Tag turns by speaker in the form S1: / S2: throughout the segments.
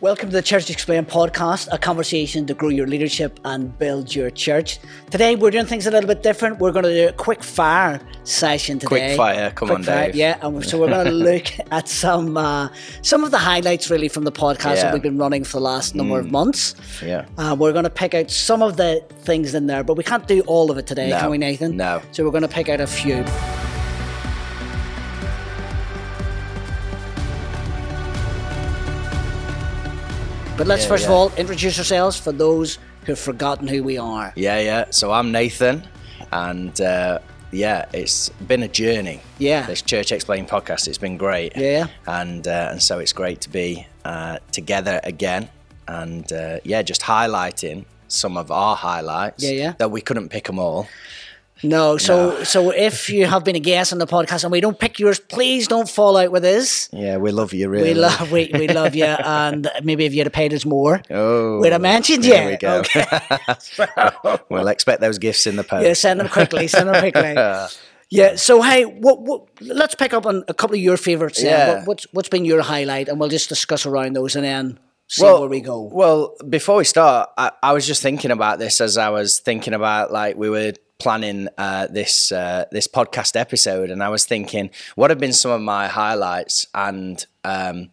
S1: Welcome to the Church Explained podcast, a conversation to grow your leadership and build your church. Today, we're doing things a little bit different. We're going to do a quick fire session today.
S2: Quick fire, come
S1: Quick
S2: on,
S1: fire,
S2: Dave.
S1: Yeah, and we're- so we're going to look at some uh, some of the highlights really from the podcast that
S2: Yeah. Mm.
S1: we've been running for the last number of months.
S2: Yeah.
S1: Uh, we're going to pick out some of the things in there, but we can't do all of it today,
S2: No,
S1: can we, Nathan?
S2: no.
S1: So we're going to pick out a few. But let's
S2: Yeah,
S1: first of
S2: yeah.
S1: all introduce ourselves for those who've forgotten who we are.
S2: Yeah, yeah. So I'm Nathan, and uh, yeah, it's been a journey.
S1: Yeah.
S2: This Church Explained podcast, it's been great.
S1: Yeah.
S2: And uh, and so it's great to be uh, together again, and uh, yeah, just highlighting some of our highlights.
S1: Yeah, yeah.
S2: That we couldn't pick them all.
S1: No, so so if you have been a guest on the podcast and we don't pick yours, please don't fall out with us.
S2: Yeah, we love you
S1: We
S2: really.
S1: love we, we love you, and maybe if you'd have paid us more,
S2: Oh,
S1: we'd have mentioned you.
S2: there we go. we'll expect those gifts in the post.
S1: Yeah, send them quickly. Send them quickly. Yeah. So hey, what, what? Let's pick up on a couple of your favorites. Yeah.
S2: Yeah.
S1: What, what's what's been your highlight, and we'll just discuss around those, and then see where we go.
S2: Well, before we start, I, I was just thinking about this as I was thinking about like we were planning uh, this uh, this podcast episode, and I was thinking what have been some of my highlights, and um,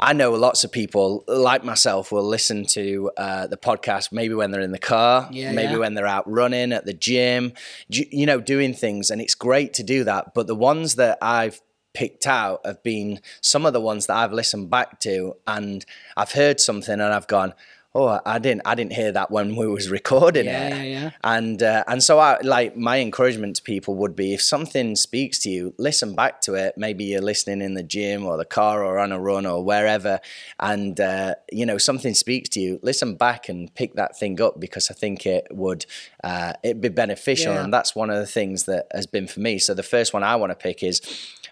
S2: I know lots of people like myself will listen to uh, the podcast maybe when they're in the car,
S1: Yeah,
S2: maybe
S1: yeah.
S2: when they're out running at the gym, ju- you know, doing things, and it's great to do that. But the ones that I've picked out have been some of the ones that I've listened back to and I've heard something and I've gone, oh, I didn't, I didn't hear that when we was recording
S1: Yeah,
S2: it.
S1: yeah, yeah.
S2: And uh, and so I like my encouragement to people would be if something speaks to you, listen back to it. Maybe you're listening in the gym or the car or on a run or wherever, and uh, you know something speaks to you. Listen back and pick that thing up because I think it would uh, it be beneficial,
S1: Yeah.
S2: and that's one of the things that has been for me. So the first one I want to pick is.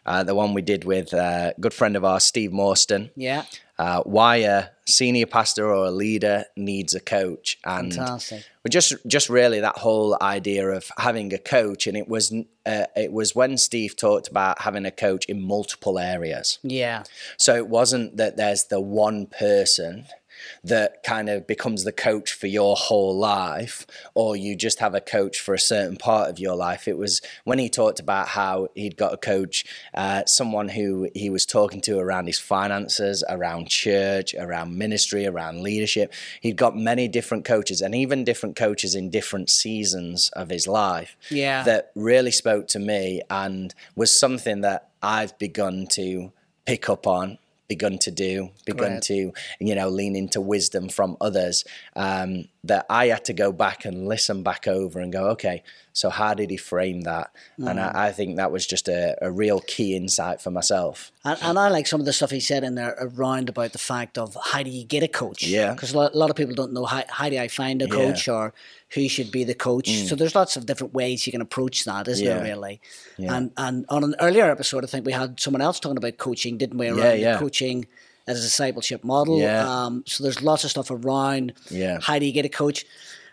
S2: Uh, the one we did with uh, a good friend of ours, Steve Morstan
S1: Yeah.
S2: uh, why a senior pastor or a leader needs a coach and
S1: Fantastic.
S2: but just just really that whole idea of having a coach and it was uh, it was when steve talked about having a coach in multiple areas
S1: Yeah.
S2: so it wasn't that there's the one person that kind of becomes the coach for your whole life, or you just have a coach for a certain part of your life. It was when he talked about how he'd got a coach, uh, someone who he was talking to around his finances, around church, around ministry, around leadership. He'd got many different coaches, and even different coaches in different seasons of his life
S1: Yeah.
S2: that uh, really spoke to me and was something that I've begun to pick up on, begun to do, begun
S1: Great.
S2: to, you know, lean into wisdom from others. Um, that I had to go back and listen back over and go, okay, so how did he frame that? And I, I think that was just a, a real key insight for myself.
S1: And, and I like some of the stuff he said in there around about the fact of how do you get a coach?
S2: Yeah.
S1: Because a lot, a lot of people don't know how, how do I find a coach or who should be the coach. So there's lots of different ways you can approach that, isn't there,
S2: Mm. Yeah.
S1: really? And, and on an earlier episode, I think we had someone else talking about coaching, didn't we? Around the
S2: yeah.
S1: coaching as a discipleship model.
S2: Yeah.
S1: Um, so there's lots of stuff around
S2: Yeah.
S1: how do you get a coach.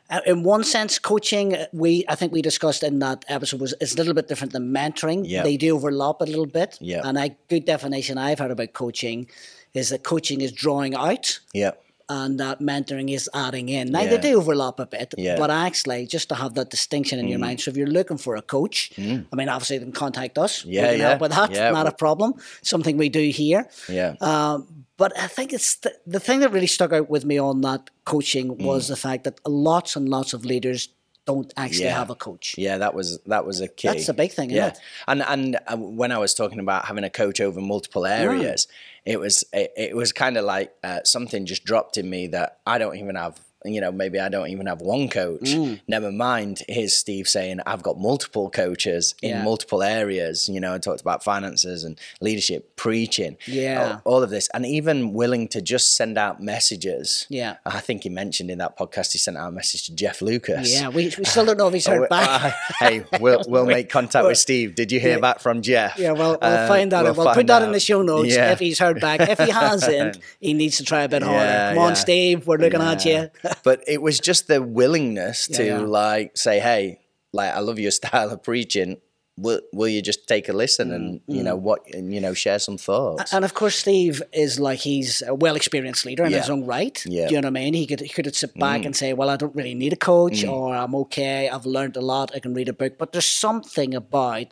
S1: Uh, In one sense, coaching uh, we I think we discussed in that episode was it's a little bit different than mentoring.
S2: Yeah.
S1: They do overlap a little bit.
S2: Yeah.
S1: And a good definition I've heard about coaching is that coaching is drawing out
S2: Yeah.
S1: and that mentoring is adding in. Now they
S2: Yeah.
S1: do overlap a bit,
S2: Yeah. Mm.
S1: but actually just to have that distinction in your mind. So if you're looking for a coach, I mean obviously they can contact us. we
S2: Yeah,
S1: can
S2: yeah.
S1: help with that.
S2: Yeah.
S1: Not a problem. Something we do here.
S2: Yeah.
S1: Um, but I think it's the, the thing that really stuck out with me on that coaching
S2: Mm.
S1: was the fact that lots and lots of leaders don't actually
S2: Yeah.
S1: have a coach.
S2: Yeah, that was that was a key.
S1: That's the big thing, isn't
S2: Yeah,
S1: it?
S2: and and uh, when I was talking about having a coach over multiple areas, it was it, it was kind of like uh, something just dropped in me that I don't even have. You know, maybe I don't even have one coach.
S1: Mm.
S2: Never mind. Here's Steve saying I've got multiple coaches in
S1: Yeah.
S2: multiple areas. You know, I talked about finances and leadership, preaching,
S1: Yeah.
S2: all, all of this, and even willing to just send out messages.
S1: Yeah.
S2: I think he mentioned in that podcast he sent out a message to Jeff Lucas.
S1: Yeah, we, we still don't know if he's heard back.
S2: Uh, hey, we'll we'll make contact with Steve. Did you hear back from Jeff?
S1: Yeah, well, we'll
S2: Uh,
S1: find out. We'll, put
S2: find
S1: that in
S2: out.
S1: the show notes
S2: Yeah.
S1: if he's heard back. If he hasn't, he needs to try a bit harder.
S2: Yeah,
S1: Come on,
S2: yeah.
S1: Steve, we're looking at
S2: Yeah.
S1: you.
S2: but it was just the willingness to
S1: yeah.
S2: like say, hey, like I love your style of preaching. will, will you just take a
S1: Mm,
S2: listen and you know what and you know share some thoughts?
S1: And of course, Steve is like he's a well-experienced leader in his
S2: Yeah.
S1: own right.
S2: Yeah. Mm.
S1: Do you know what I mean? He could he could sit back and say, "Well, I don't really need a coach, or I'm okay. I've learned a lot. I can read a book." But there's something about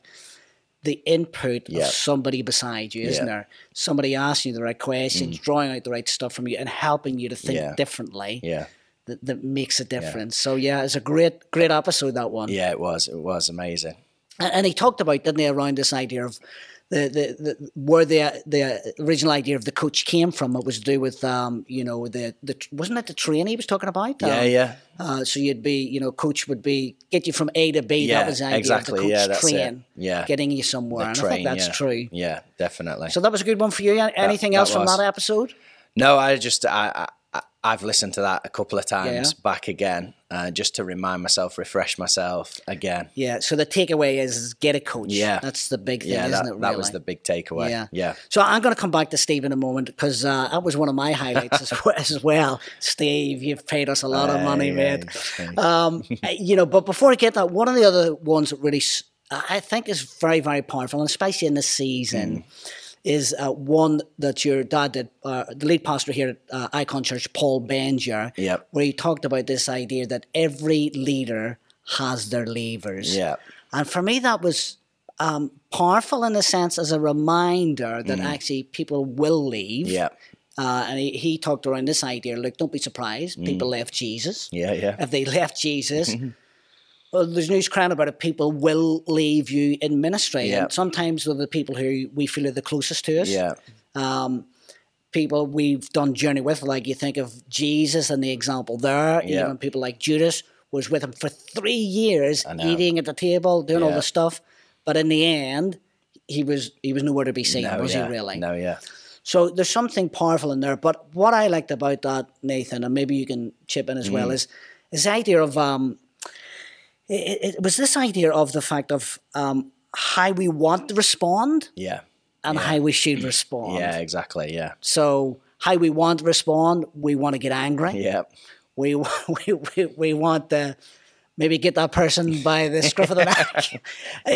S1: the input
S2: Yeah.
S1: of somebody beside you, isn't
S2: Yeah. Mm.
S1: there? Somebody asking you the right questions, drawing out the right stuff from you, and helping you to think
S2: Yeah.
S1: differently.
S2: yeah.
S1: That, that makes a difference. So yeah, it's a great great episode that one.
S2: Yeah, it was. It was amazing.
S1: And, and he talked about, didn't he, around this idea of the, the, the where the the original idea of the coach came from. It was to do with um, you know, the the wasn't it the train he was talking about?
S2: Yeah,
S1: Um,
S2: yeah.
S1: Uh, so you'd be, you know, coach would be get you from A to B.
S2: Yeah,
S1: that was the idea
S2: exactly.
S1: of the coach
S2: Yeah, that's it.
S1: train.
S2: Yeah.
S1: getting you somewhere. and I think that's
S2: yeah.
S1: true.
S2: Yeah, definitely.
S1: So that was a good one for you. An- Anything
S2: that
S1: else from
S2: was.
S1: that episode?
S2: No, I just I, I I've listened to that a couple of times
S1: Yeah.
S2: back again, uh, just to remind myself, refresh myself again.
S1: Yeah. So the takeaway is, is get a coach.
S2: Yeah.
S1: that's the big thing,
S2: Yeah,
S1: isn't
S2: that,
S1: it? Really?
S2: that was the big takeaway.
S1: Yeah.
S2: yeah,
S1: So I'm going to come back to Steve in a moment because uh, that was one of my highlights as, well, as well. Steve, you've paid us a lot of money,
S2: Aye,
S1: mate.
S2: aye.
S1: Um, you know, but before I get that, one of the other ones that really s- I think is very, very powerful, and especially in this
S2: Mm.
S1: season, is uh, one that your dad did, uh, the lead pastor here at uh, Icon Church, Paul Benjer,
S2: Yep.
S1: where he talked about this idea that every leader has their levers.
S2: yeah,
S1: And for me, that was um, powerful in a sense as a reminder that actually people will leave.
S2: Mm. yeah,
S1: Uh, and he, he talked around this idea look, don't be surprised. People left Jesus.
S2: yeah, Mm. yeah,
S1: If they left Jesus, well, there's news crying about it. People will leave you in ministry.
S2: Yeah.
S1: And sometimes they're the people who we feel are the closest to us
S2: yeah,
S1: um, people we've done journey with. Like you think of Jesus and the example there,
S2: Yeah.
S1: even people like Judas was with him for three years,
S2: know.
S1: eating at the table, doing all
S2: Yeah.
S1: the stuff. But in the end, he was he was nowhere to be seen,
S2: No,
S1: was
S2: yeah.
S1: he really?
S2: No, yeah,
S1: So there's something powerful in there. But what I liked about that, Nathan, and maybe you can chip in as
S2: Mm.
S1: well, is is the idea of um, it, it was this idea of the fact of um, how we want to respond
S2: yeah,
S1: and how we should respond.
S2: yeah, exactly, yeah,
S1: So how we want to respond, we want to get angry.
S2: yeah,
S1: We, we we we want to maybe get that person by the scruff of the neck.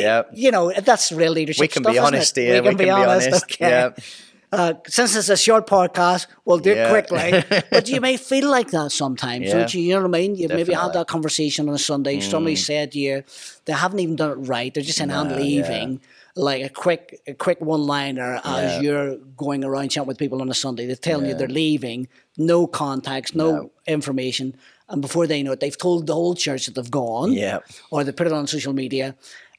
S2: yeah.
S1: you know, that's real leadership.
S2: We can
S1: stuff,
S2: be
S1: isn't it?
S2: honest here. We can be honest.
S1: okay.
S2: Yeah,
S1: Uh, since it's a short podcast, we'll do
S2: Yeah.
S1: it quickly. but you may feel like that sometimes,
S2: Yeah.
S1: don't you? You know what I mean? You maybe had
S2: Definitely. Hmm.
S1: that conversation on a Sunday. Somebody said to you, they haven't even done it right. They're just saying, "I'm
S2: No,
S1: leaving." Like a quick, a quick one-liner as you're going around chatting with people on a Sunday. They're telling you they're leaving, no contacts, no, information, and before they know it, they've told the whole church that they've gone,
S2: Yeah.
S1: or they put it on social media.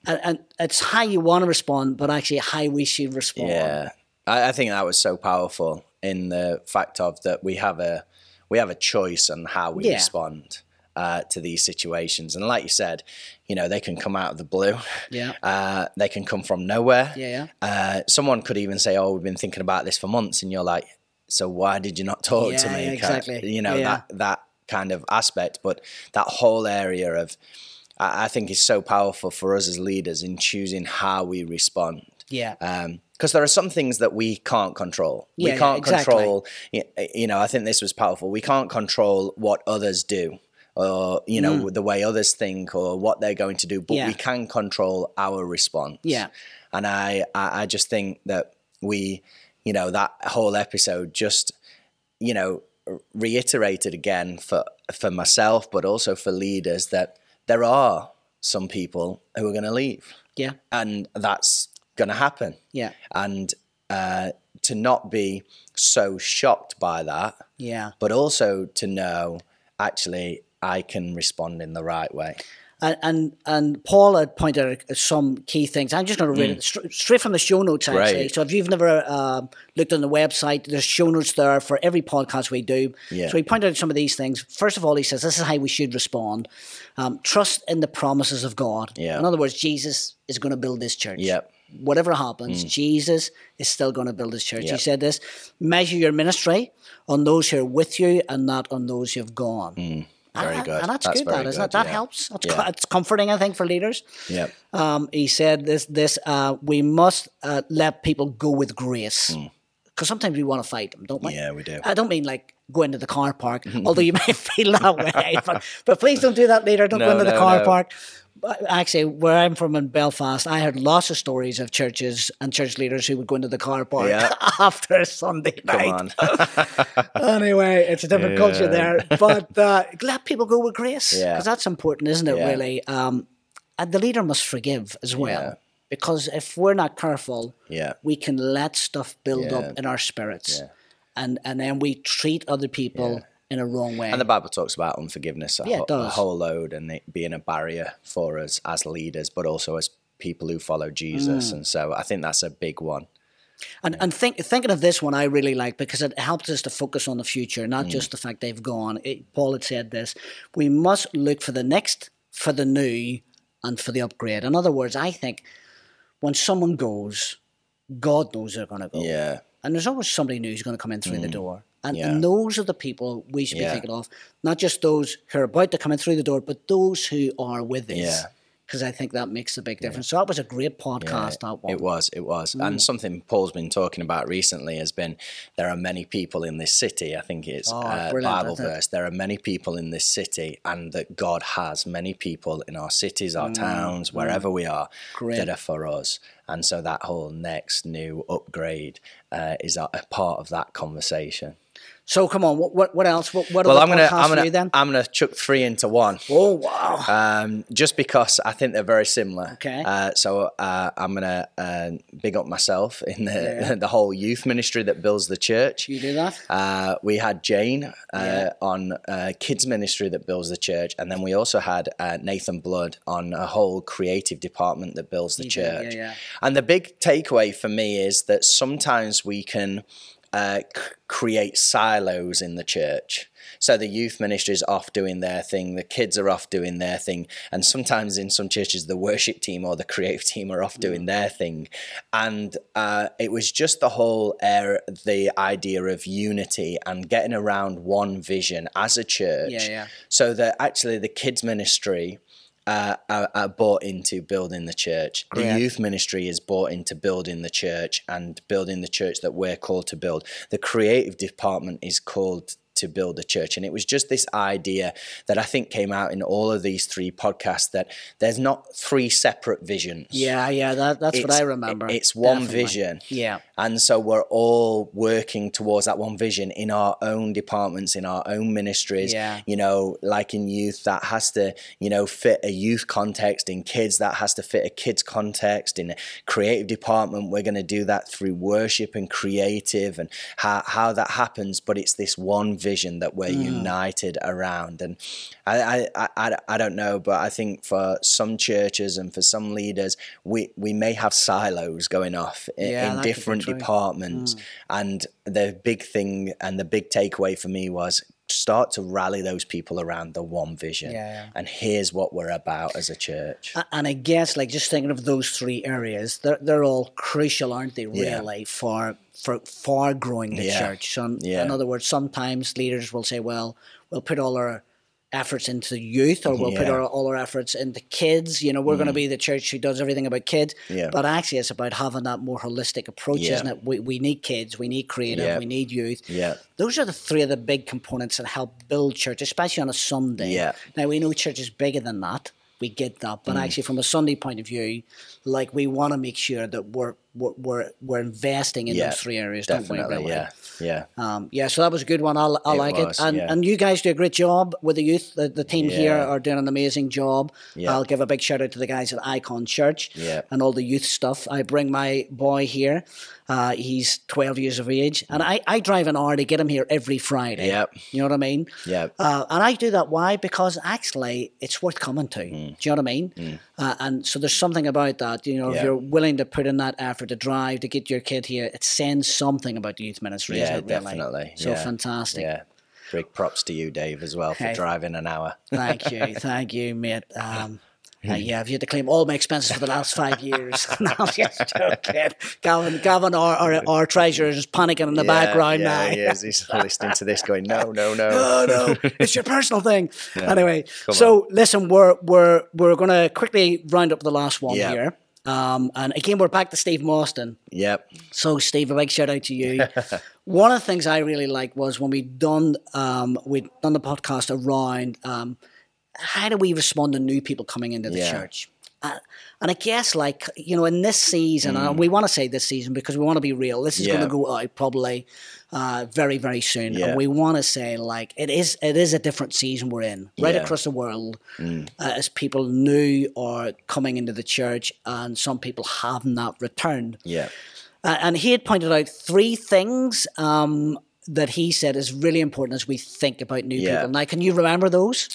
S1: And, and it's how you want to respond, but actually how we should respond.
S2: Yeah, I, I think that was so powerful in the fact of that we have a we have a choice on how we
S1: Yeah.
S2: respond uh, to these situations, and like you said, you know they can come out of the blue.
S1: Yeah.
S2: Uh, they can come from nowhere.
S1: Yeah, yeah.
S2: Uh, someone could even say, "Oh, we've been thinking about this for months," and you're like, "So why did you not talk to
S1: Yeah,
S2: me?"
S1: yeah,
S2: Kind of-
S1: exactly.
S2: You know
S1: Yeah.
S2: that that kind of aspect, but that whole area of I I think is so powerful for us as leaders in choosing how we respond
S1: Yeah.
S2: because Um, there are some things that we can't control.
S1: Yeah,
S2: we
S1: yeah,
S2: can't
S1: exactly.
S2: control. y- You know, I think this was powerful. We can't control what others do, or you know, the way others think, or what they're going to do. But
S1: Mm. Yeah.
S2: we can control our response.
S1: Yeah.
S2: And I, I, I just think that we, you know, that whole episode just, you know, reiterated again for for myself, but also for leaders that there are some people who are going to leave,
S1: yeah.
S2: and that's going to happen
S1: Yeah.
S2: and uh, to not be so shocked by that,
S1: Yeah.
S2: but also to know actually I can respond in the right way.
S1: And, and and Paul had pointed out uh, some key things. I'm just going to read
S2: Hmm.
S1: it str- straight from the show notes, actually.
S2: Great.
S1: So if you've never um, looked on the website, there's show notes there for every podcast we do.
S2: Yeah.
S1: So he pointed out some of these things. First of all, he says this is how we should respond: um, trust in the promises of God.
S2: Yeah.
S1: In other words, Jesus is going to build this church.
S2: Yep. Hmm.
S1: Whatever happens, Jesus is still going to build his church. He
S2: Yep.
S1: said this measure your ministry on those who are with you and not on those who have gone.
S2: Hmm. Very
S1: And-
S2: good.
S1: And that's,
S2: That's
S1: good,
S2: very
S1: that, isn't
S2: good,
S1: it? That
S2: yeah.
S1: helps. That's,
S2: Yeah.
S1: co- that's comforting, I think, for leaders.
S2: Yeah.
S1: Um, he said this, this uh, we must uh, let people go with grace. Because sometimes we want to fight them, don't we?
S2: Hmm. Yeah, we do.
S1: I don't mean like go into the car park. Although you may feel that way, but, but please don't do that later. Don't go
S2: No,
S1: into the
S2: no,
S1: car
S2: no.
S1: park. But Actually, where I'm from in Belfast, I heard lots of stories of churches and church leaders who would go into the car park
S2: Yeah.
S1: after a Sunday
S2: Come
S1: night
S2: on.
S1: anyway, it's a different culture
S2: Yeah.
S1: there. But uh, let people go with grace because
S2: Yeah.
S1: that's important, isn't it?
S2: Yeah.
S1: Really, um, and the leader must forgive as well
S2: Yeah.
S1: because if we're not careful,
S2: Yeah.
S1: we can let stuff build
S2: Yeah.
S1: up in our spirits, and and then we treat other people in a wrong way.
S2: And the Bible talks about unforgiveness a,
S1: Yeah, it
S2: whole- a
S1: does.
S2: whole load and it being a barrier for us as leaders, but also as people who follow Jesus.
S1: Mm.
S2: And so I think that's a big one.
S1: And and think, thinking of this one, I really like because it helps us to focus on the future,
S2: Mm.
S1: not just the fact they've gone. It- Paul had said this: we must look for the next, for the new, and for the upgrade. In other words, I think when someone goes, God knows they're going to go,
S2: Yeah. Mm.
S1: and there's always somebody new who's going to come in through the door. And,
S2: Yeah.
S1: and those are the people we should be
S2: Yeah.
S1: thinking of, not just those who are about to come in through the door, but those who are with us.
S2: Yeah.
S1: Because I think that makes a big difference. So that was a great podcast. that one.
S2: It was, it was.
S1: Mm.
S2: And something Paul's been talking about recently has been there are many people in this city. I think it's a
S1: Oh, brilliant,
S2: Bible
S1: isn't it?
S2: verse. There are many people in this city, and that God has many people in our cities, our towns, wherever we are,
S1: Mm, Great.
S2: that are for us. And so that whole next new upgrade uh, is a, a part of that conversation.
S1: So come on, what what, what else? What, what
S2: Well,
S1: other
S2: I'm gonna,
S1: podcasts
S2: I'm
S1: for you
S2: gonna,
S1: then?
S2: I'm gonna chuck three into one.
S1: oh wow!
S2: Um, just because I think they're very similar.
S1: Okay.
S2: Uh, so uh, I'm gonna uh, big up myself in the the whole youth ministry that builds the church.
S1: you do that?
S2: Uh, we had Jane uh,
S1: Yeah.
S2: on uh, kids ministry that builds the church, and then we also had uh, Nathan Blood on a whole creative department that builds the
S1: did, yeah,
S2: church.
S1: yeah.
S2: And the big takeaway for me is that sometimes we can uh, c- create silos in the church. So the youth ministry is off doing their thing, the kids are off doing their thing, and sometimes in some churches the worship team or the creative team are off
S1: Mm.
S2: doing their thing. And uh, it was just the whole air, the idea of unity and getting around one vision as a church,
S1: Yeah, yeah.
S2: so that actually the kids ministry uh, are, are bought into building the church.
S1: Great.
S2: The youth ministry is bought into building the church and building the church that we're called to build. The creative department is called to build a church. And it was just this idea that I think came out in all of these three podcasts that there's not three separate visions.
S1: Yeah, yeah. That, that's what
S2: It's-
S1: I remember.
S2: It's one
S1: Definitely.
S2: vision.
S1: Yeah.
S2: And so we're all working towards that one vision in our own departments, in our own ministries.
S1: Yeah.
S2: You know, like in youth, that has to, you know, fit a youth context. In kids, that has to fit a kids context. In a creative department, we're going to do that through worship and creative and how, how that happens. But it's this one vision that we're united around. And I, I, I, I- I don't know, but I think for some churches and for some leaders, we, we may have silos going off i-
S1: Yeah,
S2: in
S1: that could be
S2: different
S1: true. Hmm.
S2: departments. And the big thing and the big takeaway for me was start to rally those people around the one vision.
S1: Yeah. Uh,
S2: And here's what we're about as a church.
S1: A- And I guess, like, just thinking of those three areas, they're, they're all crucial, aren't they?
S2: Yeah.
S1: Really, for for for growing the
S2: Yeah.
S1: church. So, in-
S2: Yeah.
S1: in other words, sometimes leaders will say, "Well, we'll put all our efforts into youth, or we'll put
S2: Yeah. Mm.
S1: our, all our efforts into kids. You know, we're going to be the church who does everything about kids."
S2: Yeah.
S1: But actually, it's about having that more holistic approach,
S2: Yeah.
S1: isn't it? We we need kids, we need creative,
S2: Yeah.
S1: we need youth.
S2: Yeah.
S1: Those are the three of the big components that help build church, especially on a Sunday.
S2: Yeah. Mm.
S1: Now we know church is bigger than that. We get that, but actually, from a Sunday point of view, like we want to make sure that we're we're we're, we're investing in
S2: Yeah,
S1: those three areas, don't we?
S2: Definitely.
S1: Really?
S2: Yeah. Yeah.
S1: Um, yeah. So that was a good one. I, I
S2: It
S1: like
S2: was,
S1: it, and
S2: yeah.
S1: and you guys do a great job with the youth. The, the team here
S2: Yeah.
S1: are doing an amazing job.
S2: Yeah.
S1: I'll give a big shout out to the guys at Icon Church
S2: Yeah.
S1: and all the youth stuff. I bring my boy here. Uh, he's 12 years of age, and I, I drive an hour to get him here every Friday.
S2: Mm. Yep.
S1: You know what I mean?
S2: Yeah.
S1: Uh, and I do that. Why? Because actually, it's worth coming
S2: Mm.
S1: to. Do you know what I mean? Uh, and so there's something about that. You know, if
S2: Yeah.
S1: you're willing to put in that effort to drive to get your kid here, it sends something about the youth ministry.
S2: Yeah,
S1: isn't it, really?
S2: definitely.
S1: So
S2: Yeah.
S1: fantastic.
S2: Yeah. Big props to you, Dave, as well, for
S1: Hey.
S2: driving an hour.
S1: Thank you, thank you, mate. Um, uh, yeah, I've had to claim all my expenses for the last five years. no, I'm just joking. Gavin, Gavin, our, our, our treasurer is panicking in the
S2: Yeah,
S1: background
S2: yeah,
S1: now.
S2: he is. He's listening to this going, no, no, no.
S1: no, no, it's your personal thing. anyway,
S2: come
S1: so listen, we're we're we're going to quickly round up the last one
S2: Yeah.
S1: here, Um, and again, we're back to Steve Mostyn.
S2: Yep.
S1: So, Steve, a big shout out to you. One of the things I really liked was when we done um, we done the podcast around um, how do we respond to new people coming into the
S2: Yeah.
S1: church. Uh, and I guess, like you know, in this season, and we want to say this season because we want to be real. This is going
S2: Mm. Yeah.
S1: to go out probably uh, very, very soon,
S2: Yeah.
S1: and we want to say like it is. It is a different season we're in right
S2: Yeah. Mm.
S1: across the world, uh, as people new are coming into the church, and some people have not returned.
S2: Yeah.
S1: Uh, and he had pointed out three things um, that he said is really important as we think about new
S2: Yeah.
S1: people. Now, can you remember those?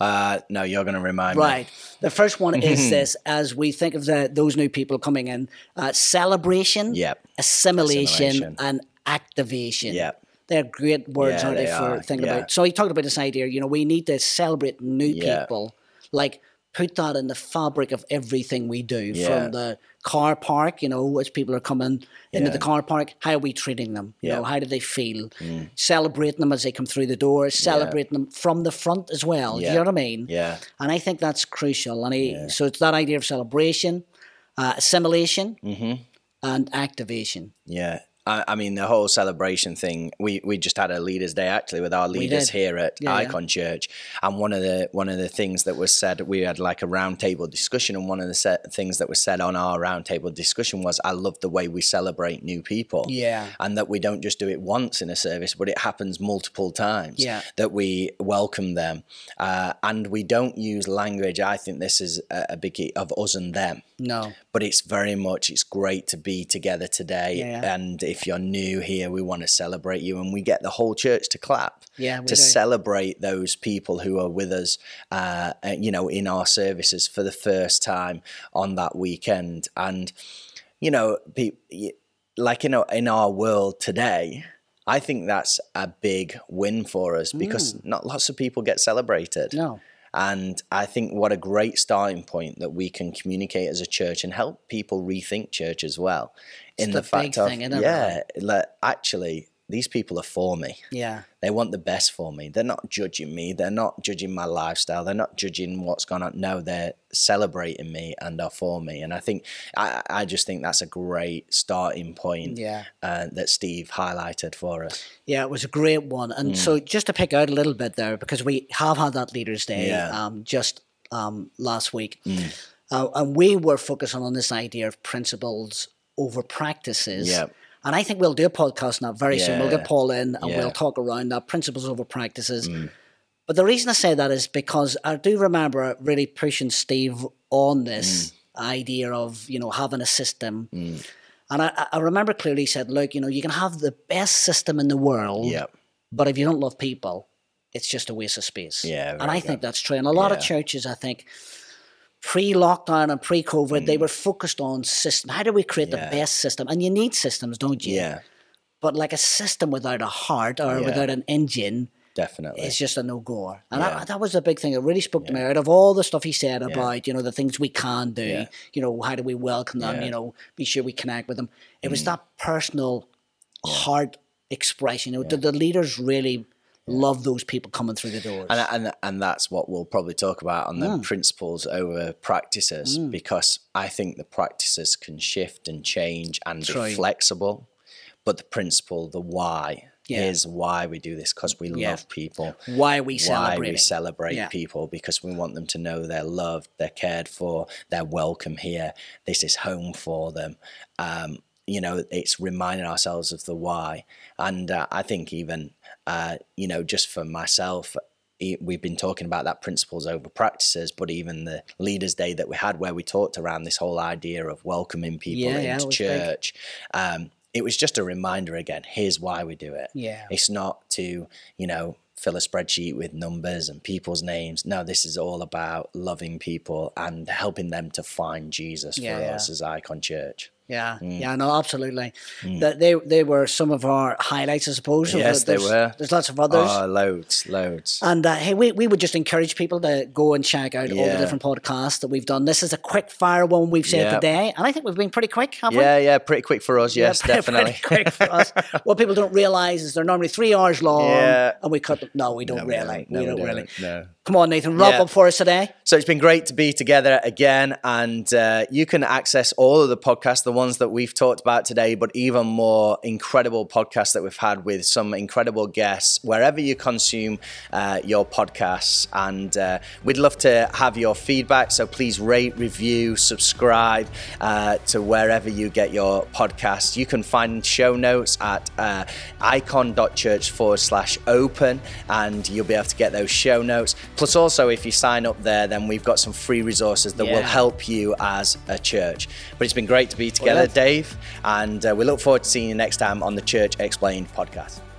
S2: Uh, no, you're going to remind me.
S1: Right. The first one is this: as we think of the, those new people coming in, uh, celebration,
S2: Yep.
S1: assimilation,
S2: Assimilation.
S1: and activation.
S2: Yep.
S1: They're great words,
S2: Yeah,
S1: aren't they,
S2: they
S1: for
S2: are,
S1: thinking
S2: yeah.
S1: about. So he talked about this idea. You know, we need to celebrate new
S2: Yeah.
S1: people, like put that in the fabric of everything we do,
S2: Yeah.
S1: from the car park. You know, as people are coming into
S2: Yeah.
S1: the car park, how are we treating them? You
S2: Yeah. Mm.
S1: know, how do they feel? Celebrating them as they come through the door, celebrating them from the front as well. Do
S2: Yeah.
S1: you know what I mean?
S2: Yeah.
S1: And I think that's crucial. And I, so it's that idea of celebration, uh, assimilation,
S2: Mm-hmm.
S1: and activation.
S2: Yeah. I, I mean, the whole celebration thing, we, we just had a leaders day actually with our leaders
S1: did.
S2: here at
S1: Yeah, yeah.
S2: Icon Church. And one of the, one of the things that was said, we had like a round table discussion. And one of the set, things that was said on our round table discussion was, I love the way we celebrate new people.
S1: Yeah.
S2: And that we don't just do it once in a service, but it happens multiple times.
S1: Yeah.
S2: That we welcome them. Uh, and we don't use language. I think this is a, a biggie of us and them
S1: No.
S2: but it's very much it's great to be together today
S1: Yeah.
S2: and if you're new here we want to celebrate you and we get the whole church to clap
S1: Yeah, we
S2: to
S1: do.
S2: celebrate those people who are with us uh, uh, you know in our services for the first time on that weekend and you know pe- y- like in our, in our world today I think that's a big win for us because
S1: Hmm.
S2: not lots of people get celebrated.
S1: No.
S2: And I think what a great starting point that we can communicate as a church and help people rethink church as well. In
S1: the
S2: the,
S1: big
S2: fact of,
S1: thing, isn't it,
S2: yeah, like, actually, these people are for me.
S1: Yeah.
S2: They want the best for me. They're not judging me. They're not judging my lifestyle. They're not judging what's gone on. No, they're celebrating me and are for me. And I think, I, I just think that's a great starting point
S1: Yeah.
S2: uh, that Steve highlighted for us.
S1: Yeah, it was a great one.
S2: Hmm.
S1: And so just to pick out a little bit there, because we have had that Leaders' Day
S2: Yeah. Hmm.
S1: um, just um, last week. Uh, and we were focusing on this idea of principles over practices.
S2: Yeah.
S1: And I think we'll do a podcast now very soon. We'll
S2: Yeah.
S1: get Paul in and
S2: Yeah. Hmm.
S1: we'll talk around that principles over practices. But the reason I say that is because I do remember really pushing Steve on this
S2: Hmm.
S1: idea of, you know, having a system. And I- I, I remember clearly he said, look, you know, you can have the best system in the world,
S2: Yeah.
S1: but if you don't love people, it's just a waste of space.
S2: Yeah,
S1: And
S2: very
S1: I
S2: good.
S1: think that's true. And a lot of
S2: Yeah.
S1: churches, I think, pre lockdown and pre COVID, they were focused on system. How do we create
S2: Mm. Yeah.
S1: the best system? And you need systems, don't you?
S2: Yeah,
S1: But like a system without a heart or
S2: Yeah.
S1: without an engine
S2: definitely.
S1: it's just a no go. And I,
S2: Yeah.
S1: that was the big thing that really spoke to me. Out of all the stuff he said about, you know, the things we can do,
S2: Yeah.
S1: you know, how do we welcome them,
S2: Yeah. Mm-hmm.
S1: you know, be sure we connect with them. It was that personal heart expression. You know, the, the leaders really love those people coming through the doors.
S2: And, and and that's what we'll probably talk about on the principles over practices
S1: Mm.
S2: because I think the practices can shift and change and be
S1: right.
S2: flexible, but the principle, the why,
S1: Yeah.
S2: is why we do this because we
S1: Yeah.
S2: love people.
S1: why are we
S2: Why
S1: celebrating?
S2: we celebrate
S1: Yeah.
S2: people because we want them to know they're loved, they're cared for, they're welcome here. This is home for them. Um, you know, it's reminding ourselves of the why. And uh, I think even, uh, you know, just for myself, e- we've been talking about that principles over practices, but even the leaders' day that we had, where we talked around this whole idea of welcoming people
S1: Yeah, yeah, it
S2: into
S1: was big.
S2: church. Um, it was just a reminder again. Here's why we do it.
S1: Yeah.
S2: It's not to, you know, fill a spreadsheet with numbers and people's names. No, this is all about loving people and helping them to find Jesus
S1: Yeah,
S2: for
S1: yeah.
S2: us as Icon Church.
S1: Yeah,
S2: mm.
S1: yeah, no, absolutely. That they they were some of our highlights, I suppose. of
S2: Yes,
S1: the-
S2: they
S1: there's-
S2: were.
S1: There's lots of others.
S2: Oh, loads, loads.
S1: And uh, hey, we, we would just encourage people to go and check out all the
S2: Yeah.
S1: different podcasts that we've done. This is a quick fire one we've said
S2: Yeah.
S1: today, and I think we've been pretty quick, haven't we?
S2: Yeah, yeah, pretty quick for us. Yes,
S1: Pretty
S2: definitely.
S1: quick for us. what people don't realize is they're normally three hours long,
S2: Yeah.
S1: and we cut them. No, we don't
S2: No, we
S1: really.
S2: don't. No,
S1: we
S2: we
S1: don't, really.
S2: don't. No.
S1: Come on, Nathan, wrap
S2: Yeah.
S1: up for us today.
S2: So it's been great to be together again, and uh, you can access all of the podcasts, the ones that we've talked about today, but even more incredible podcasts that we've had with some incredible guests wherever you consume uh, your podcasts. And uh, we'd love to have your feedback, so please rate, review, subscribe uh, to wherever you get your podcasts. You can find show notes at uh, icon.church forward slash open, and you'll be able to get those show notes. Plus, also, if you sign up there, then we've got some free resources that will
S1: Yeah.
S2: help you as a church. But it's been great to be together, Dave, and uh, we look forward to seeing you next time on the Church Explained podcast.